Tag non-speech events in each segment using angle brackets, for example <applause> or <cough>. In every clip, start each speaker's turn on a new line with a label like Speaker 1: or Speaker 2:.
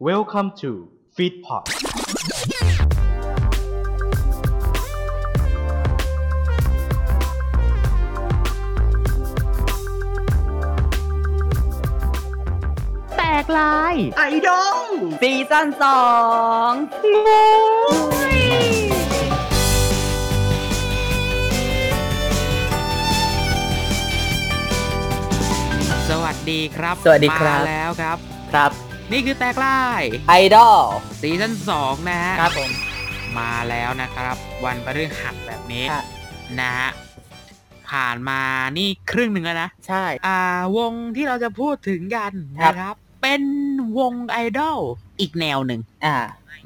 Speaker 1: Welcome to Feedpot แตกลาย
Speaker 2: ไอดอล
Speaker 3: ซีซั่นสอง
Speaker 4: สวัสดีครับ
Speaker 5: สวัสดีครับ
Speaker 4: มาแล้วครับ
Speaker 5: ครับ
Speaker 4: นี่คือแตกลาย
Speaker 5: ไอดอล
Speaker 4: ซีซั่นสองนะฮะ
Speaker 5: ครับผม
Speaker 4: มาแล้วนะครับ วันพฤหัสแบบนี้
Speaker 5: ค่ะ
Speaker 4: นะฮะผ่านมานี่ครึ่งหนึ่งแล้วนะ
Speaker 5: ใช่
Speaker 4: อ่าวงที่เราจะพูดถึงกัน
Speaker 5: ครับ
Speaker 4: นะครับ เป็นวงไอดอลอีกแนวหนึ่ง
Speaker 5: อ่า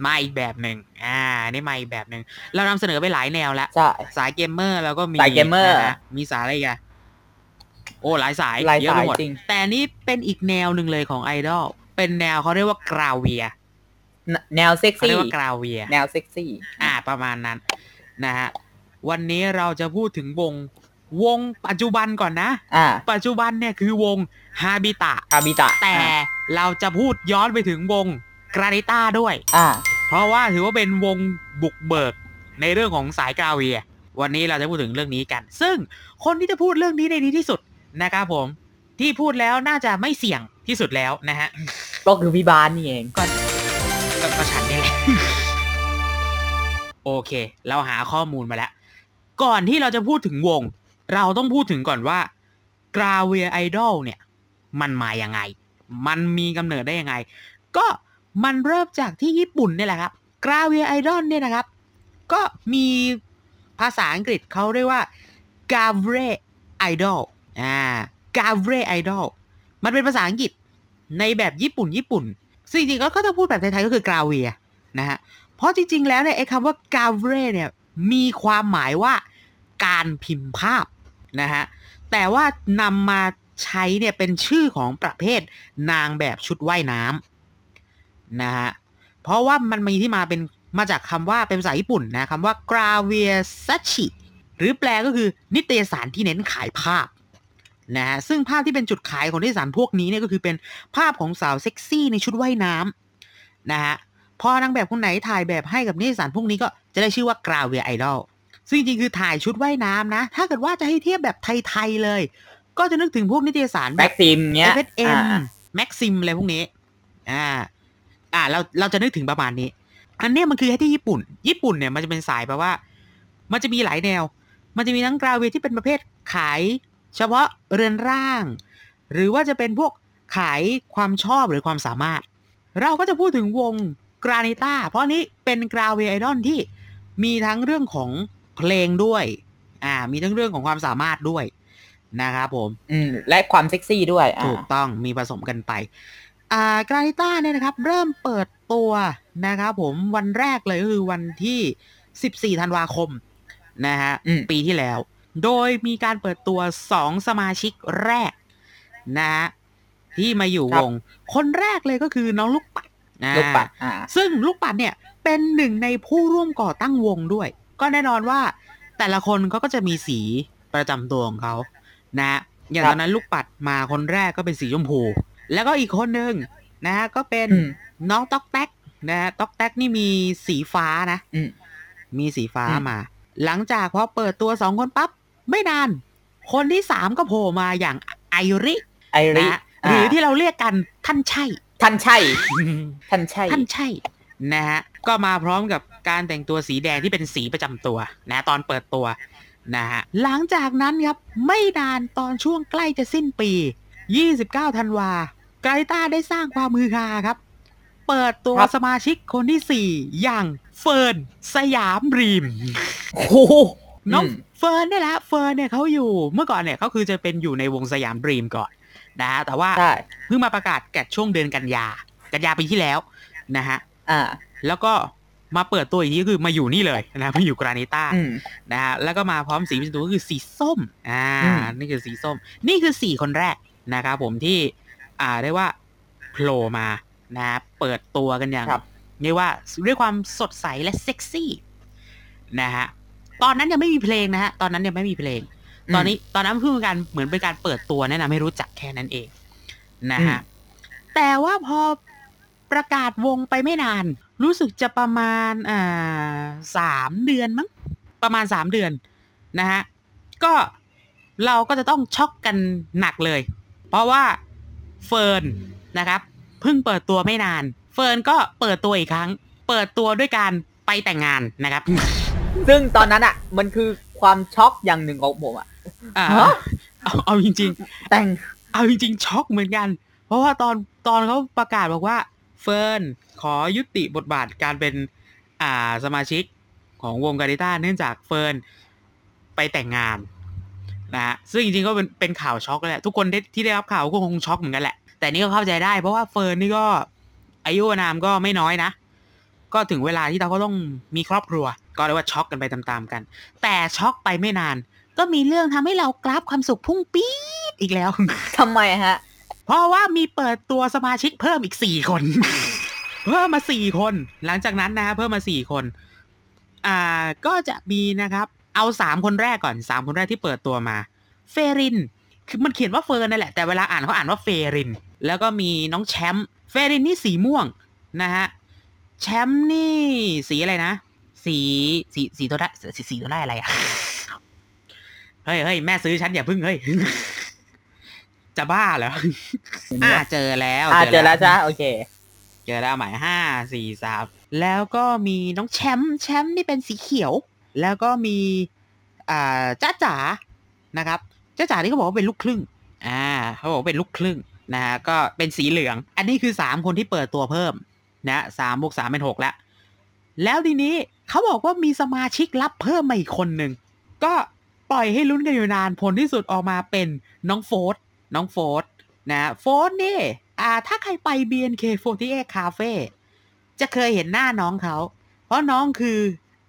Speaker 4: มาอีกแบบหนึ่งอ่านี่มาอีกแบบหนึ่งเรานำเสนอไปหลายแนวแล้ว
Speaker 5: ใช่
Speaker 4: สายเกมเมอร์เราก็มี
Speaker 5: สายเกมเมอร์
Speaker 4: นะฮะมีสายอะไรอีกันโอ้หลายสาย
Speaker 5: หลายสาย
Speaker 4: เอะไปหมด
Speaker 5: จริง
Speaker 4: แต่นี่เป็นอีกแนวหนึ่งเลยของไอดอลเป็นแนวเขาเรียกว่ากราเวีย
Speaker 5: แนแนวเซ็ก
Speaker 4: เขาเรีย
Speaker 5: ซี่
Speaker 4: กว่ากราวเวีย
Speaker 5: แนวเซ็กซี่
Speaker 4: อ่า ประมาณนั้น นะฮะ วันนี้เราจะพูดถึงวง วงปัจจุบันก่อนนะ
Speaker 5: อ่า
Speaker 4: ปัจจุบันเนี่ยคือวงฮาบิตะ
Speaker 5: อาบิตะ
Speaker 4: แต่
Speaker 5: อ่า
Speaker 4: เราจะพูดย้อนไปถึงวงกรานิต้าด้วย
Speaker 5: อ่า
Speaker 4: เพราะว่าถือว่าเป็นวงบุกเบิกในเรื่องของสายกราเวีย วันนี้เราจะพูดถึงเรื่องนี้กัน ซึ่งคนที่จะพูดเรื่องนี้ได้ดีที่สุดนะครับผม ที่พูดแล้วน่าจะไม่เสี่ยงที่สุดแล้วนะฮะ
Speaker 5: ก็คือพี่บานนี่เอง
Speaker 4: ก็ก็ก็ฉันนี่แหละ <laughs> โอเค เราหาข้อมูลมาแล้ว ก่อนที่เราจะพูดถึงวง เราต้องพูดถึงก่อนว่ากราเวียไอดอลเนี่ย มันมายังไง มันมีกำเนิดได้ยังไง ก็มันเริ่มจากที่ญี่ปุ่นเนี่ยแหละครับกราเวียไอดอลเนี่ยนะครับ ก็มีภาษาอังกฤษเขาเรียกว่ากาเวไอดอลอ่ากาเวไอดอลมันเป็นภาษาอังกฤษในแบบญี่ปุ่นญี่ปุ่น ซึ่งจริงๆก็ก็ถ้าพูดแบบไทยๆก็คือกราเวียนะฮะ เพราะจริงๆ แล้วเนี่ยไอ้คำว่ากาเวเนี่ยมีความหมายว่าการพิมพ์ภาพนะฮะ แต่ว่านำมาใช้เนี่ยเป็นชื่อของประเภทนางแบบชุดว่ายน้ำนะฮะ เพราะว่ามันมีที่มาเป็นมาจากคำว่าเป็นภาษาญี่ปุ่นนะคำว่ากราเวียซัชิหรือแปลก็คือนิตยสารที่เน้นขายภาพนะฮะซึ่งภาพที่เป็นจุดขายของนิตยสารพวกนี้เนี่ยก็คือเป็น ภาพของสาวเซ็กซี่ในชุดว่ายน้ำนะฮะ พอนางแบบคนไหนถ่ายแบบให้กับนิตยสารพวกนี้ก็จะได้ชื่อว่ากราเวียไอดอล ซึ่งจริงๆคือถ่ายชุดว่ายน้ำนะ ถ้าเกิดว่าจะให้เทียบแบบไทยๆเลย ก็จะนึกถึงพวกนิตยสารแบ
Speaker 5: แบ็
Speaker 4: บ
Speaker 5: กซิมเนี้ย
Speaker 4: f อ m
Speaker 5: อ่า
Speaker 4: แม็กซิมอะไรพวกนี้ อ่า อ่า เรา เราจะนึกถึงประมาณนี้ อันเนี้ยมันคือแค่ที่ญี่ปุ่น ญี่ปุ่นเนี่ยมันจะเป็นสายแบบว่า มันจะมีหลายแนว มันจะมีทั้งกราเวที่เป็นประเภทขาย เฉพาะเรือนร่าง หรือว่าจะเป็นพวกขายความชอบหรือความสามารถ เราก็จะพูดถึงวงกรานิต้า เพราะอันนี้เป็นกราเวไอดอลที่มีทั้งเรื่องของเพลงด้วย อ่า มีทั้งเรื่องของความสามารถด้วยนะครับผม
Speaker 5: อืมและความเซ็กซี่ด้วยอ่า
Speaker 4: ถูกต้องมีผสมกันไป อ่ากรานิต้าเนี่ยนะครับ เริ่มเปิดตัวนะครับผมวันแรกเลยก็คือวันที่ 14 ธันวาคมนะฮะ
Speaker 5: อืม
Speaker 4: ปีที่แล้ว โดยมีการเปิดตัว 2 สมาชิกแรกนะฮะที่มาอยู่วง คนแรกเลยก็คือน้องลูกปัดนะ
Speaker 5: ลูกปัดอ่า
Speaker 4: ซึ่งลูกปัดเนี่ยเป็นหนึ่งในผู้ร่วมก่อตั้งวงด้วย ก็แน่นอนว่าแต่ละคนเขาก็จะมีสีประจำตัวของเขานะฮะอย่างตอนนั้นลูกปัดมาคนแรกก็เป็นสีชมพู แล้วก็อีกคนหนึ่งนะฮะก็เป็น
Speaker 5: อืม
Speaker 4: น้องต๊อกแต๊กนะฮะต๊อกแต๊กนี่มีสีฟ้านะ
Speaker 5: อืม
Speaker 4: มีสีฟ้า
Speaker 5: อืม
Speaker 4: มา หลังจากพอเปิดตัวสองคนปั๊บ ไม่นาน คนที่สามก็โผล่มาอย่างไอริ
Speaker 5: ไอริ
Speaker 4: นะฮะหรือที่เราเรียกกันท่านใช่
Speaker 5: ท่านใช่ท่านใช่
Speaker 4: ท่านใช่นะฮะก็มาพร้อมกับการแต่งตัวสีแดงที่เป็นสีประจำตัวนะตอนเปิดตัวนะฮะหลังจากนั้นครับ ไม่นานตอนช่วงใกล้จะสิ้นปี 29 ธันวาไกรต้าได้สร้างความฮือฮาครับ เปิดตัว
Speaker 5: ครับ
Speaker 4: สมาชิกคนที่ 4 อย่างเฟิร์นสยามรีม
Speaker 5: โอ้โห
Speaker 4: น้อง
Speaker 5: ม
Speaker 4: เฟิร์นเนี่ยแหละเฟิร์นเนี่ยเขาอยู่เมื่อก่อนเนี่ยเขาคือจะเป็นอยู่ในวงสยามดรีมก่อนนะฮะแต่ว่า
Speaker 5: ใช่
Speaker 4: เพิ่งมาประกาศแกะช่วงเดือนกันยา กันยาปีที่แล้วนะฮะ
Speaker 5: อ่า
Speaker 4: แล้วก็มาเปิดตัวอีกทีก็คือมาอยู่นี่เลยนะมาอยู่กรานิต้า
Speaker 5: อืม
Speaker 4: นะฮะแล้วก็มาพร้อมสีประจำตัวก็คือสีส้มอ่า
Speaker 5: อืม
Speaker 4: นี่คือสีส้ม นี่คือสี่คนแรกนะครับผมที่อ่าได้ว่าโผล่มานะเปิดตัวกันอย่าง
Speaker 5: ครับ
Speaker 4: เรียกว่าด้วยความสดใสและเซ็กซี่นะฮะตอนนั้นยังไม่มีเพลงนะฮะตอนนั้นยังไม่มีเพลง ตอนนี้ตอนนั้นเพิ่งเป็นการเหมือนเป็นการเปิดตัวแนะนำให้รู้จักแค่นั้นเองนะฮะแต่ว่าพอ ประกาศวงไปไม่นาน รู้สึกจะประมาณอ่าสามเดือนมั้งประมาณสามเดือนนะฮะก็เราก็จะต้องช็อกกันหนักเลย เพราะว่าเฟิร์นนะครับเพิ่งเปิดตัวไม่นาน เฟิร์นก็เปิดตัวอีกครั้ง เปิดตัวด้วยการไปแต่งงานนะครับ
Speaker 5: ซึ่งตอนนั้นอ่ะ มันคือความช็อกอย่างหนึ่งของผมอ่ะ
Speaker 4: อ่า
Speaker 5: ฮะ
Speaker 4: เอาเอาจริง
Speaker 5: แต่ง
Speaker 4: ๆ เอาจริงๆช็อกเหมือนกัน เพราะว่าตอนตอนเขาประกาศบอกว่า เฟิร์นขอยุติบทบาทการเป็นอ่าสมาชิกของวงการิต้าเนื่องจากเฟิร์นไปแต่งงานนะฮะซึ่งจริงๆก็เป็นเป็นข่าวช็อกแหละทุกคนได้ที่ได้รับข่าวก็คงช็อกเหมือนกันแหละ แต่นี่ก็เข้าใจได้เพราะว่าเฟิร์นนี่ก็อายุอานามก็ไม่น้อยนะ ก็ถึงเวลาที่เราก็ต้องมีครอบครัว ก็เรียกว่าช็อกกันไปตามๆกัน แต่ช็อกไปไม่นาน ก็มีเรื่องทำให้เรากราฟความสุขพุ่งปี๊ดอีกแล้ว
Speaker 5: ทำไมฮะ
Speaker 4: เพราะว่ามีเปิดตัวสมาชิกเพิ่มอีกสี่คน <laughs> เพิ่มมาสี่คน หลังจากนั้นนะฮะเพิ่มมาสี่คน อ่าก็จะมีนะครับ เอาสามคนแรกก่อนสามคนแรกที่เปิดตัวมา เฟริน คือมันเขียนว่าเฟิร์นนั่นแหละ แต่เวลาอ่านเขาอ่านว่าเฟริน แล้วก็มีน้องแชมป์เฟรินนี่สีม่วงนะฮะแชมป์นี่สีอะไรนะ สีสีสีตัวได้สีสีตัวได้อะไรอะ <laughs> เฮ้ยเฮ้ยแม่ซื้อฉันอย่าพึ่งเฮ้ย <laughs> จะบ้าเหรอ อ่าเจอแล้ว
Speaker 5: อ่าเจอแล้วจ้าโอเค
Speaker 4: เจอแล้วหมายห้าสี่สามแล้วก็มีน้องแชมป์แชมป์นี่เป็นสีเขียว แล้วก็มี อ่าจ้าจ๋านะครับจ้าจ๋านี่เขาบอกว่าเป็นลูกครึ่ง อ่าเขาบอกว่าเป็นลูกครึ่งนะฮะก็เป็นสีเหลือง อันนี้คือสามคนที่เปิดตัวเพิ่ม นะสามบวกสามเป็นหกแล้ว แล้วทีนี้เขาบอกว่ามีสมาชิกรับเพิ่มมาอีกคนหนึ่ง ก็ปล่อยให้ลุ้นกันอยู่นานผลที่สุดออกมาเป็นน้องโฟสน้องโฟสนะโฟสนี่อ่าถ้าใครไป BNK48 Cafe จะเคยเห็นหน้าน้องเขา เพราะน้องคือ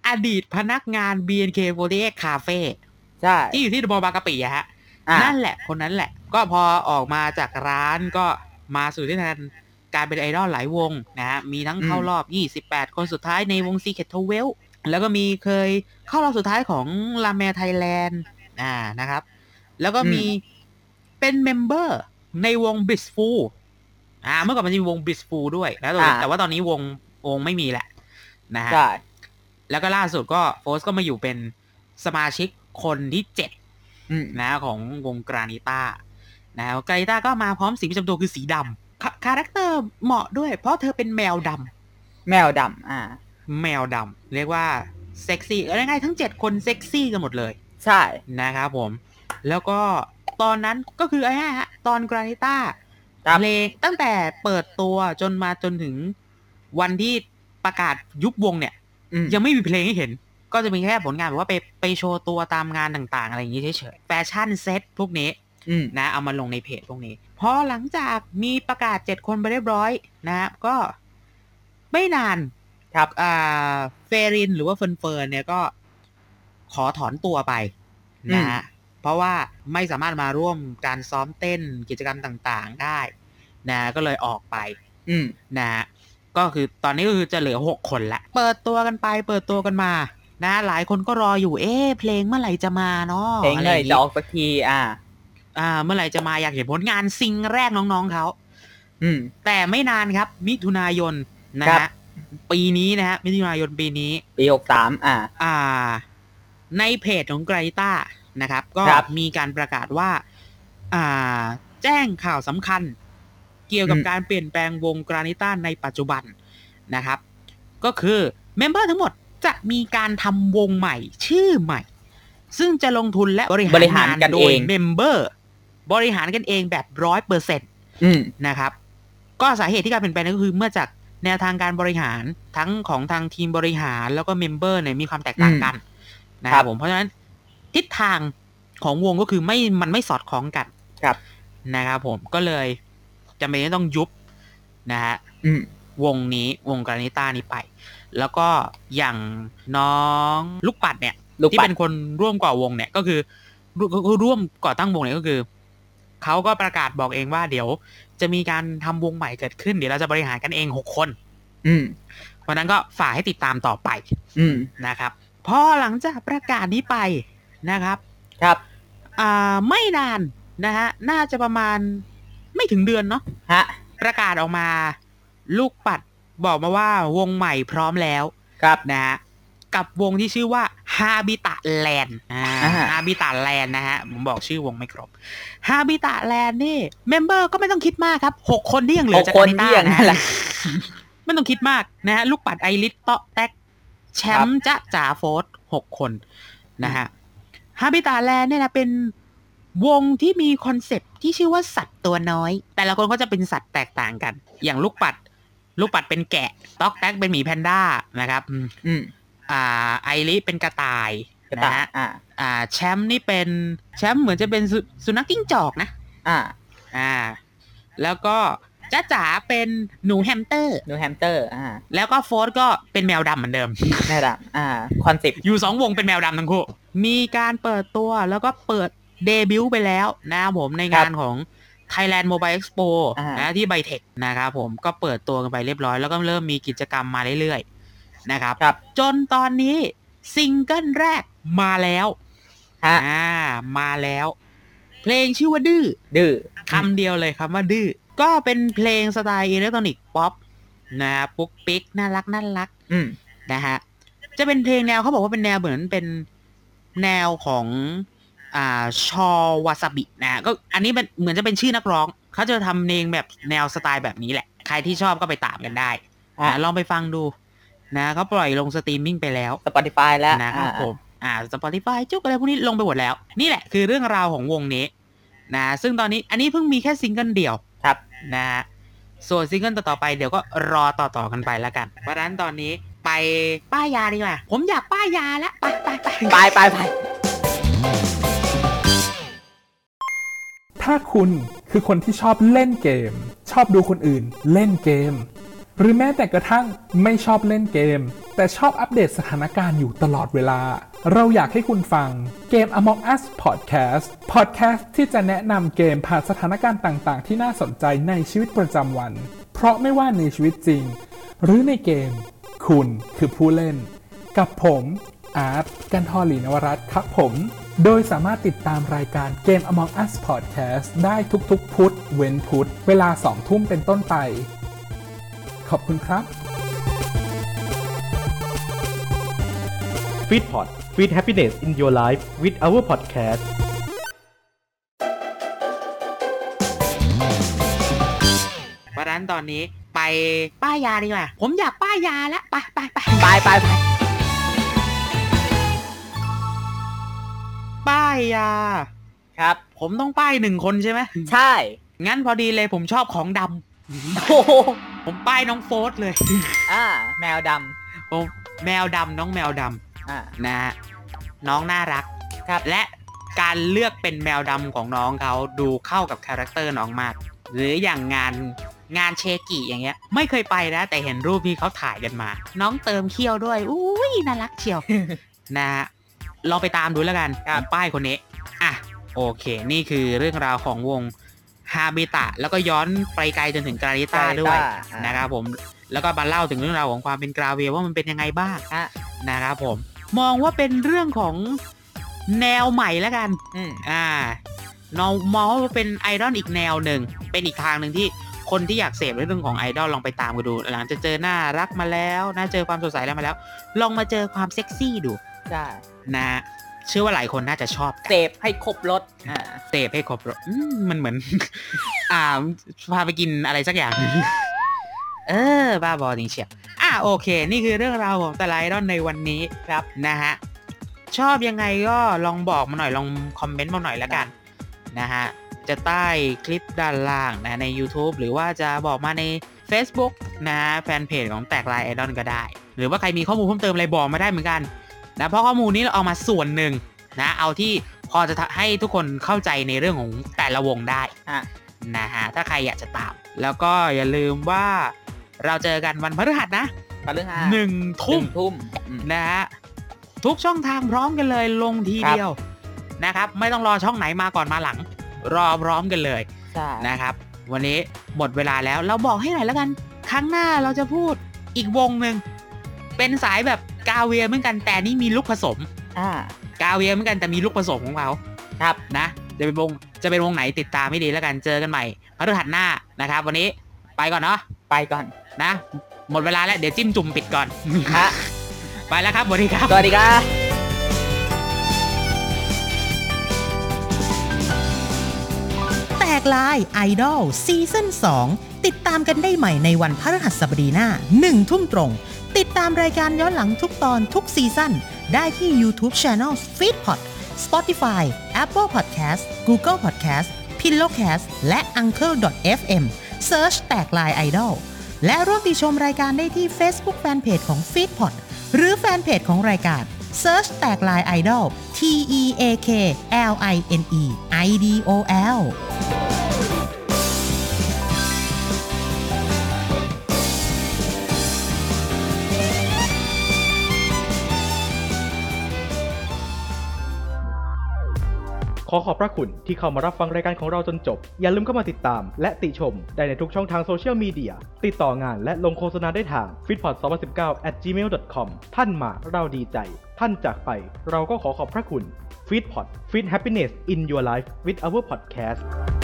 Speaker 4: อดีตพนักงาน BNK48 Cafe
Speaker 5: ใช่
Speaker 4: ที่อยู่ที่มอบางกะปิอะฮะ
Speaker 5: อ่ะ
Speaker 4: นั่นแหละคนนั้นแหละ ก็พอออกมาจากร้านก็มาสู่ที่ทานการเป็นไอดอลหลายวงนะฮะ มีทั้งเข้ารอบ 28 คนสุดท้ายในวงซีเคทเวลแล้วก็มีเคยเข้ารอบสุดท้ายของลาเมไทยแลนด์อ่านะครับ แล้วก็มีเป็นเมมเบอร์ในวงบิสฟูอ่าเมื่อก่อนมันจะมีวงบิสฟูด้วยนะแต่ว่าแต่ว่าตอนนี้วงวงไม่มีแหละนะฮะ
Speaker 5: ใช่
Speaker 4: แล้วก็ล่าสุดก็โฟสก็มาอยู่เป็นสมาชิกคนที่เจ็ด
Speaker 5: อืม
Speaker 4: นะของวงกรานิต้านะกรานิต้าก็มาพร้อมสีประจำตัวคือสีดำคาคาแรคเตอร์เหมาะด้วย เพราะเธอเป็นแมวด
Speaker 5: แมวดำอ่า
Speaker 4: ำแมวดำเรียกว่าเซ็กซี่เอาง่ายๆทั้ง 7 คนเซ็กซี่กันหมดเลย
Speaker 5: ใช่
Speaker 4: นะครับผม แล้วก็ตอนนั้นก็คือไอ้ฮะตอนกรานิต้า
Speaker 5: ครับ
Speaker 4: เพลงตั้งแต่เปิดตัวจนมาจนถึงวันที่ประกาศยุบวงเนี่ย
Speaker 5: อืม
Speaker 4: ยังไม่มีเพลงให้เห็น ก็จะมีแค่ผลงานแบบว่าไปไปโชว์ตัวตามงานต่างๆ อะไรอย่างนี้เฉยๆแฟชั่นเซ็ตพวกนี้
Speaker 5: อืม
Speaker 4: นะเอามาลงในเพจพวกนี้ พอหลังจากมีประกาศเจ็ดคนไปเรียบร้อยนะครับก็ไม่นาน
Speaker 5: ครับ
Speaker 4: อ่าเฟรินหรือว่าเฟิร์นเฟิร์นเนี่ยก็ขอถอนตัวไปนะฮะเพราะว่าไม่สามารถมาร่วมการซ้อมเต้นกิจกรรมต่างๆได้นะก็เลยออกไป
Speaker 5: อืม
Speaker 4: นะฮะก็คือตอนนี้ก็คือจะเหลือ 6 คนละ เปิดตัวกันไป เปิดตัวกันมา นะ หลายคนก็รออยู่เอ๊ะเพลงเมื่อไหร่จะมาเนาะ
Speaker 5: เพลง
Speaker 4: อะไร
Speaker 5: เล
Speaker 4: อย ย่าง
Speaker 5: จะ
Speaker 4: งี้
Speaker 5: ออกสักทีอ่า
Speaker 4: อ่า เมื่อไหร่จะมาอยากเห็นผลงานซิงแรกน้องๆเขา
Speaker 5: อืม
Speaker 4: แต่ไม่นานครับ มิถุนายนนะครับ ฮะปีนี้นะฮะมิถุนายนปีนี้
Speaker 5: ปีหกสามอ่า
Speaker 4: อ่า ในเพจของไกรต้านะครับ ก็
Speaker 5: ครับ
Speaker 4: มีการประกาศว่า อ่า แจ้งข่าวสำคัญ เกี่ยวกับการเปลี่ยนแปลงวงกรานิต้าในปัจจุบันนะครับ ก็คือเมมเบอร์ทั้งหมดจะมีการทำวงใหม่ชื่อใหม่ ซึ่งจะลงทุนและบริ
Speaker 5: บริหา
Speaker 4: หาร ร
Speaker 5: กั
Speaker 4: งาน นโด
Speaker 5: เอย ง
Speaker 4: เมมเบอร์ บริหารกันเองแบบร้อยเปอร์เซ็น
Speaker 5: อืม
Speaker 4: นะครับ ก็สาเหตุที่การเปลี่ยนแปลงนั้นก็คือเมื่อจากแนวทางการบริหารทั้งของทางทีมบริหารแล้วก็เมมเบอร์เนี่ยมีความแตกต่างกันนะค
Speaker 5: ครั
Speaker 4: รับบ ผมเพราะฉะนั้นทิศทางของวงก็คือไม่มันไม่สอดคล้องกัน
Speaker 5: ครับ
Speaker 4: นะครับผมก็เลยจำเป็นที่ต้องยุบนะฮะ
Speaker 5: อืม
Speaker 4: วงนี้วงกรานิต้านี้ไป แล้วก็อย่างน้องลูกปัดเนี่ย
Speaker 5: ลูก
Speaker 4: ที่
Speaker 5: ปัด
Speaker 4: เป็นคนร่วมก่อวงเนี่ยก็คือร่วคือร่วมก่อตั้งวงเนี่ยก็คือเขาก็ประกาศบอกเองว่าเดี๋ยวจะมีการทำวงใหม่เกิดขึ้นเดี๋ยวเราจะบริหารกันเองหกคน
Speaker 5: อืม
Speaker 4: เพราะฉะนั้นก็ฝากให้ติดตามต่อไป
Speaker 5: อืม
Speaker 4: นะครับพอหลังจากประกาศนี้ไปนะครับ
Speaker 5: ครับ
Speaker 4: อ่าไม่นานนะฮะน่าจะประมาณไม่ถึงเดือนเนาะ
Speaker 5: ฮะ
Speaker 4: ประกาศออกมา ลูกปัดบอกมาว่าวงใหม่พร้อมแล้ว
Speaker 5: ครับ
Speaker 4: นะฮะกับวงที่ชื่อว่าฮาบิตะแลนด์
Speaker 5: อ่า
Speaker 4: ฮาบิตะแลนด์นะฮะ ผมบอกชื่อวงไม่ครบฮาบิตะแลนด์นี่ เมมเบอร์ก็ไม่ต้องคิดมากครับหกคนที่ยังเหลื
Speaker 5: ห
Speaker 4: อก จาก
Speaker 5: คน
Speaker 4: อ
Speaker 5: ที่
Speaker 4: ต้า
Speaker 5: อย่าง
Speaker 4: นะ
Speaker 5: นั้นแหละ
Speaker 4: <laughs> ไม่ต้องคิดมากนะฮะ ลูกปัดไอริสเตาะแตกแชมป์จะจ่าโฟสหกคนนะฮะฮาบิตะแลนด์เนี่ยนะเป็นวงที่มีคอนเซปต์ที่ชื่อว่าสัตว์ตัวน้อย แต่ละคนก็จะเป็นสัตว์แตกต่างกัน อย่างลูกปัด ลูกปัดเป็นแกะต๊อกแตกเป็นหมีแพนด้านะครับอืม
Speaker 5: อืม
Speaker 4: อ่าไอริเป็นกระต่าย
Speaker 5: กระ
Speaker 4: นะ
Speaker 5: ตาย
Speaker 4: ฮะ
Speaker 5: อ่า
Speaker 4: อ่าแชมป์นี่เป็นแชมป์เหมือนจะเป็นสุสุนัขจิ้งจอกนะ
Speaker 5: อ่า
Speaker 4: อ่า แล้วก็จ้าจ๋าเป็นหนูแฮมสเตอร์
Speaker 5: หนูแฮมสเตอร์ อ่า
Speaker 4: แล้วก็โฟสก็เป็นแมวดำเหมือนเดิม <laughs>
Speaker 5: น่ารักอ่า คอนเซ็ปต์
Speaker 4: อยู่สองวงเป็นแมวดำทั้งคู่ มีการเปิดตัวแล้วก็เปิดเดบิวต์ไปแล้วนะครับผมในงานของ Thailand Mobile Expo
Speaker 5: อ่าน
Speaker 4: นะที่ไบเทคนะครับผมก็เปิดตัวกันไปเรียบร้อย แล้วก็เริ่มมีกิจกรรมมาเรื่อยๆนะครับ
Speaker 5: ครับ
Speaker 4: จนตอนนี้ซิงเกิลแรกมาแล้ว
Speaker 5: ฮะ
Speaker 4: อ่ามาแล้ว เพลงชื่อว่าดื้อ
Speaker 5: ดื้อ
Speaker 4: คำเดียวเลยคำว่าดื้อก็เป็นเพลงสไตล์อิเล็กทรอนิกส์ป๊อปนะฮะปุ๊กปิ๊กน่ารักน่ารัก
Speaker 5: อืม
Speaker 4: นะฮะจะเป็นเพลงแนวเขาบอกว่าเป็นแนวเหมือนเป็นแนวของอ่าชอวาซาบินะฮะก็อันนี้เป็นเหมือนจะเป็นชื่อนักร้อง เขาจะทำเพลงแบบแนวสไตล์แบบนี้แหละ ใครที่ชอบก็ไปตามกันได้
Speaker 5: อ่ะ
Speaker 4: นะลองไปฟังดูนะเขาปล่อยลงสตรีมมิ่งไปแล้ว
Speaker 5: สปอติฟายแล้ว
Speaker 4: นะครับ
Speaker 5: อ่า
Speaker 4: ผมอ่าสปอติฟายจุกอะไรพวกนี้ลงไปหมดแล้ว นี่แหละคือเรื่องราวของวงนี้นะซึ่งตอนนี้อันนี้เพิ่งมีแค่ซิงเกิลเดียว
Speaker 5: ครับ
Speaker 4: นะฮะส่วนซิงเกิลต่อๆไปเดี๋ยวก็รอต่อๆกันไปแล้วกัน เพราะฉะนั้นตอนนี้ไปป้ายยาดีกว่า ผมอยากป้ายยาละไปไปไป
Speaker 5: ไปไปไป
Speaker 2: ถ้าคุณคือคนที่ชอบเล่นเกม ชอบดูคนอื่นเล่นเกม หรือแม้แต่กระทั่งไม่ชอบเล่นเกม แต่ชอบอัปเดตสถานการณ์อยู่ตลอดเวลา เราอยากให้คุณฟังเกม Among Us Podcast Podcast ที่จะแนะนำเกมผ่านสถานการณ์ต่างๆ ที่น่าสนใจในชีวิตประจำวัน เพราะไม่ว่าในชีวิตจริง หรือในเกม คุณคือผู้เล่น กับผมอาร์ตกันทอหลีนวรัตน์ครับผม โดยสามารถติดตามรายการเกม Among Us Podcast ได้ทุกๆ พุธเว้นพุธ เวลา 2 ทุ่มเป็นต้นไป ขอบคุณครับ
Speaker 1: ฟิตพอดฟิตแฮปปี้เนส in your life with our podcast
Speaker 4: เพราะฉะนั้นตอนนี้ไปป้ายยาดีกว่า ผมอยากป้ายยาละไปไปไป
Speaker 5: ไปไปไป
Speaker 4: ป้ายยา
Speaker 5: ครับ
Speaker 4: ผมต้องป้ายหนึ่งคนใช่ไหม
Speaker 5: ใช่
Speaker 4: งั้นพอดีเลยผมชอบของดำ <laughs>
Speaker 5: โอ้โห
Speaker 4: ผมป้ายน้องโฟสเลย
Speaker 5: อ่า แมวด
Speaker 4: โอ้แมวดำน้องแมวด
Speaker 5: ำอ่า
Speaker 4: ำนะฮะน้องน่ารัก
Speaker 5: ครับ
Speaker 4: และการเลือกเป็นแมวดำของน้องเขาดูเข้ากับคาแรคเตอร์น้องมาก หรืออย่างงานงานเชกิอย่างเงี้ย ไม่เคยไปนะ แต่เห็นรูปที่เขาถ่ายกันมา น้องเติมเขี้ยวด้วยอุ้ยน่ารักเชียว นะฮะลองไปตามดูแล้วกัน
Speaker 5: ครับ
Speaker 4: ป้ายคนนี้อ่ะโอเค นี่คือเรื่องราวของวงฮาบิตะ แล้วก็ย้อนไปไกลจนถึงกราลิต้าด้วย
Speaker 5: อ่า
Speaker 4: นะครับผมแล้วก็มาเล่าถึงเรื่องราวของความเป็นกราเวลว่ามันเป็นยังไงบ้าง
Speaker 5: <laughs> ฮะ
Speaker 4: นะครับผม มองว่าเป็นเรื่องของแนวใหม่แล้วกัน
Speaker 5: อืม
Speaker 4: อ่าเรามองว่าเป็นไอดอลอีกแนวหนึ่ง เป็นอีกทางหนึ่งที่คนที่อยากเสพเรื่องของไอดอลลองไปตามกันดู หลังจะเจอหน้ารักมาแล้วนะเจอความสดใสแล้วมาแล้ว ลองมาเจอความเซ็กซี่ดู
Speaker 5: ใช่
Speaker 4: นะเชื่อว่าหลายคนน่าจะชอบกัน
Speaker 5: เสพให้ครบรถอ่า
Speaker 4: เตะให้ครบรถอืมมันเหมือน <laughs> อ่าพาไปกินอะไรสักอย่าง <laughs> เออ บ้าบอจริงเชียวอ่ะโอเค นี่คือเรื่องราวของแต่ไลดอนในวันนี้ครับนะฮะ ชอบยังไงก็ลองบอกมาหน่อยลองคอมเมนต์มาหน่อยแล้วกัน นะฮะ จะใต้คลิปด้านล่างนะใน YouTube หรือว่าจะบอกมาใน Facebook นะฮะแฟนเพจของแตกลายไอดอนก็ได้ หรือว่าใครมีข้อมูลเพิ่มเติมอะไรบอกมาได้เหมือนกันนะเพราะข้อมูลนี้เราเอามาส่วนหนึ่ง นะเอาที่พอจะทำให้ทุกคนเข้าใจในเรื่องของแต่ละวงได้
Speaker 5: อ่ะ
Speaker 4: นะฮะถ้าใครอยากจะตาม แล้วก็อย่าลืมว่าเราเจอกันวันพฤหัสนะ
Speaker 5: ตอนเรื่องห้า
Speaker 4: หนึ่งทุ่ม
Speaker 5: ทุ่มอืม
Speaker 4: นะฮะทุกช่องทางพร้อมกันเลยลงที
Speaker 5: ครับ
Speaker 4: เดียวนะครับ ไม่ต้องรอช่องไหนมาก่อนมาหลัง รอพร้อมกันเลย
Speaker 5: ใช่
Speaker 4: นะครับ วันนี้หมดเวลาแล้วเราบอกให้หน่อยแล้วกัน ครั้งหน้าเราจะพูดอีกวงหนึ่งเป็นสายแบบกาเวียเหมือนกันแต่นี่มีลูกผสม
Speaker 5: อ่า
Speaker 4: กาเวียเหมือนกันแต่มีลูกผสมของเรา
Speaker 5: ครับ
Speaker 4: นะ จะเป็นวงจะเป็นวงไหนติดตามไม่ดีแล้วกันเจอกันใหม่พฤหัสหน้านะครับ วันนี้ไปก่อนเนาะ
Speaker 5: ไปก่อน
Speaker 4: นะ หมดเวลาแล้ว เดี๋ยวจิ้มจุ่มปิดก่อน <laughs>
Speaker 5: ฮะ
Speaker 4: ไปแล้วครับสวัสดีครับ
Speaker 5: สวัสดีครับ
Speaker 6: แตกลายไอดอลซีซั่น2 ติดตามกันได้ใหม่ในวันพฤหัสบดีหน้า 1 ทุ่มตรง ติดตามรายการย้อนหลังทุกตอนทุกซีซั่น ได้ที่ YouTube Channel Feedpot Spotify Apple Podcast Google Podcast Pillowcast และ Uncle.fm Search แตกลายไอดอลและร่วมติชมรายการได้ที่ Facebook Fanpage ของ Feedpot หรือแฟนเพจของรายการ Search แตกลายไอดอล T E A K L I N E I D O L
Speaker 1: ขอขอบพระคุณที่เข้ามารับฟังรายการของเราจนจบ อย่าลืมเข้ามาติดตาม และติชม ได้ในทุกช่องทางโซเชียลมีเดีย ติดต่องานและลงโฆษณาได้ทาง f i t p o d 2 0 1 9 gmail.com ท่านมาเราดีใจ ท่านจากไป เราก็ขอขอบพระคุณ f i t p o d Fit Happiness in Your Life with Our Podcast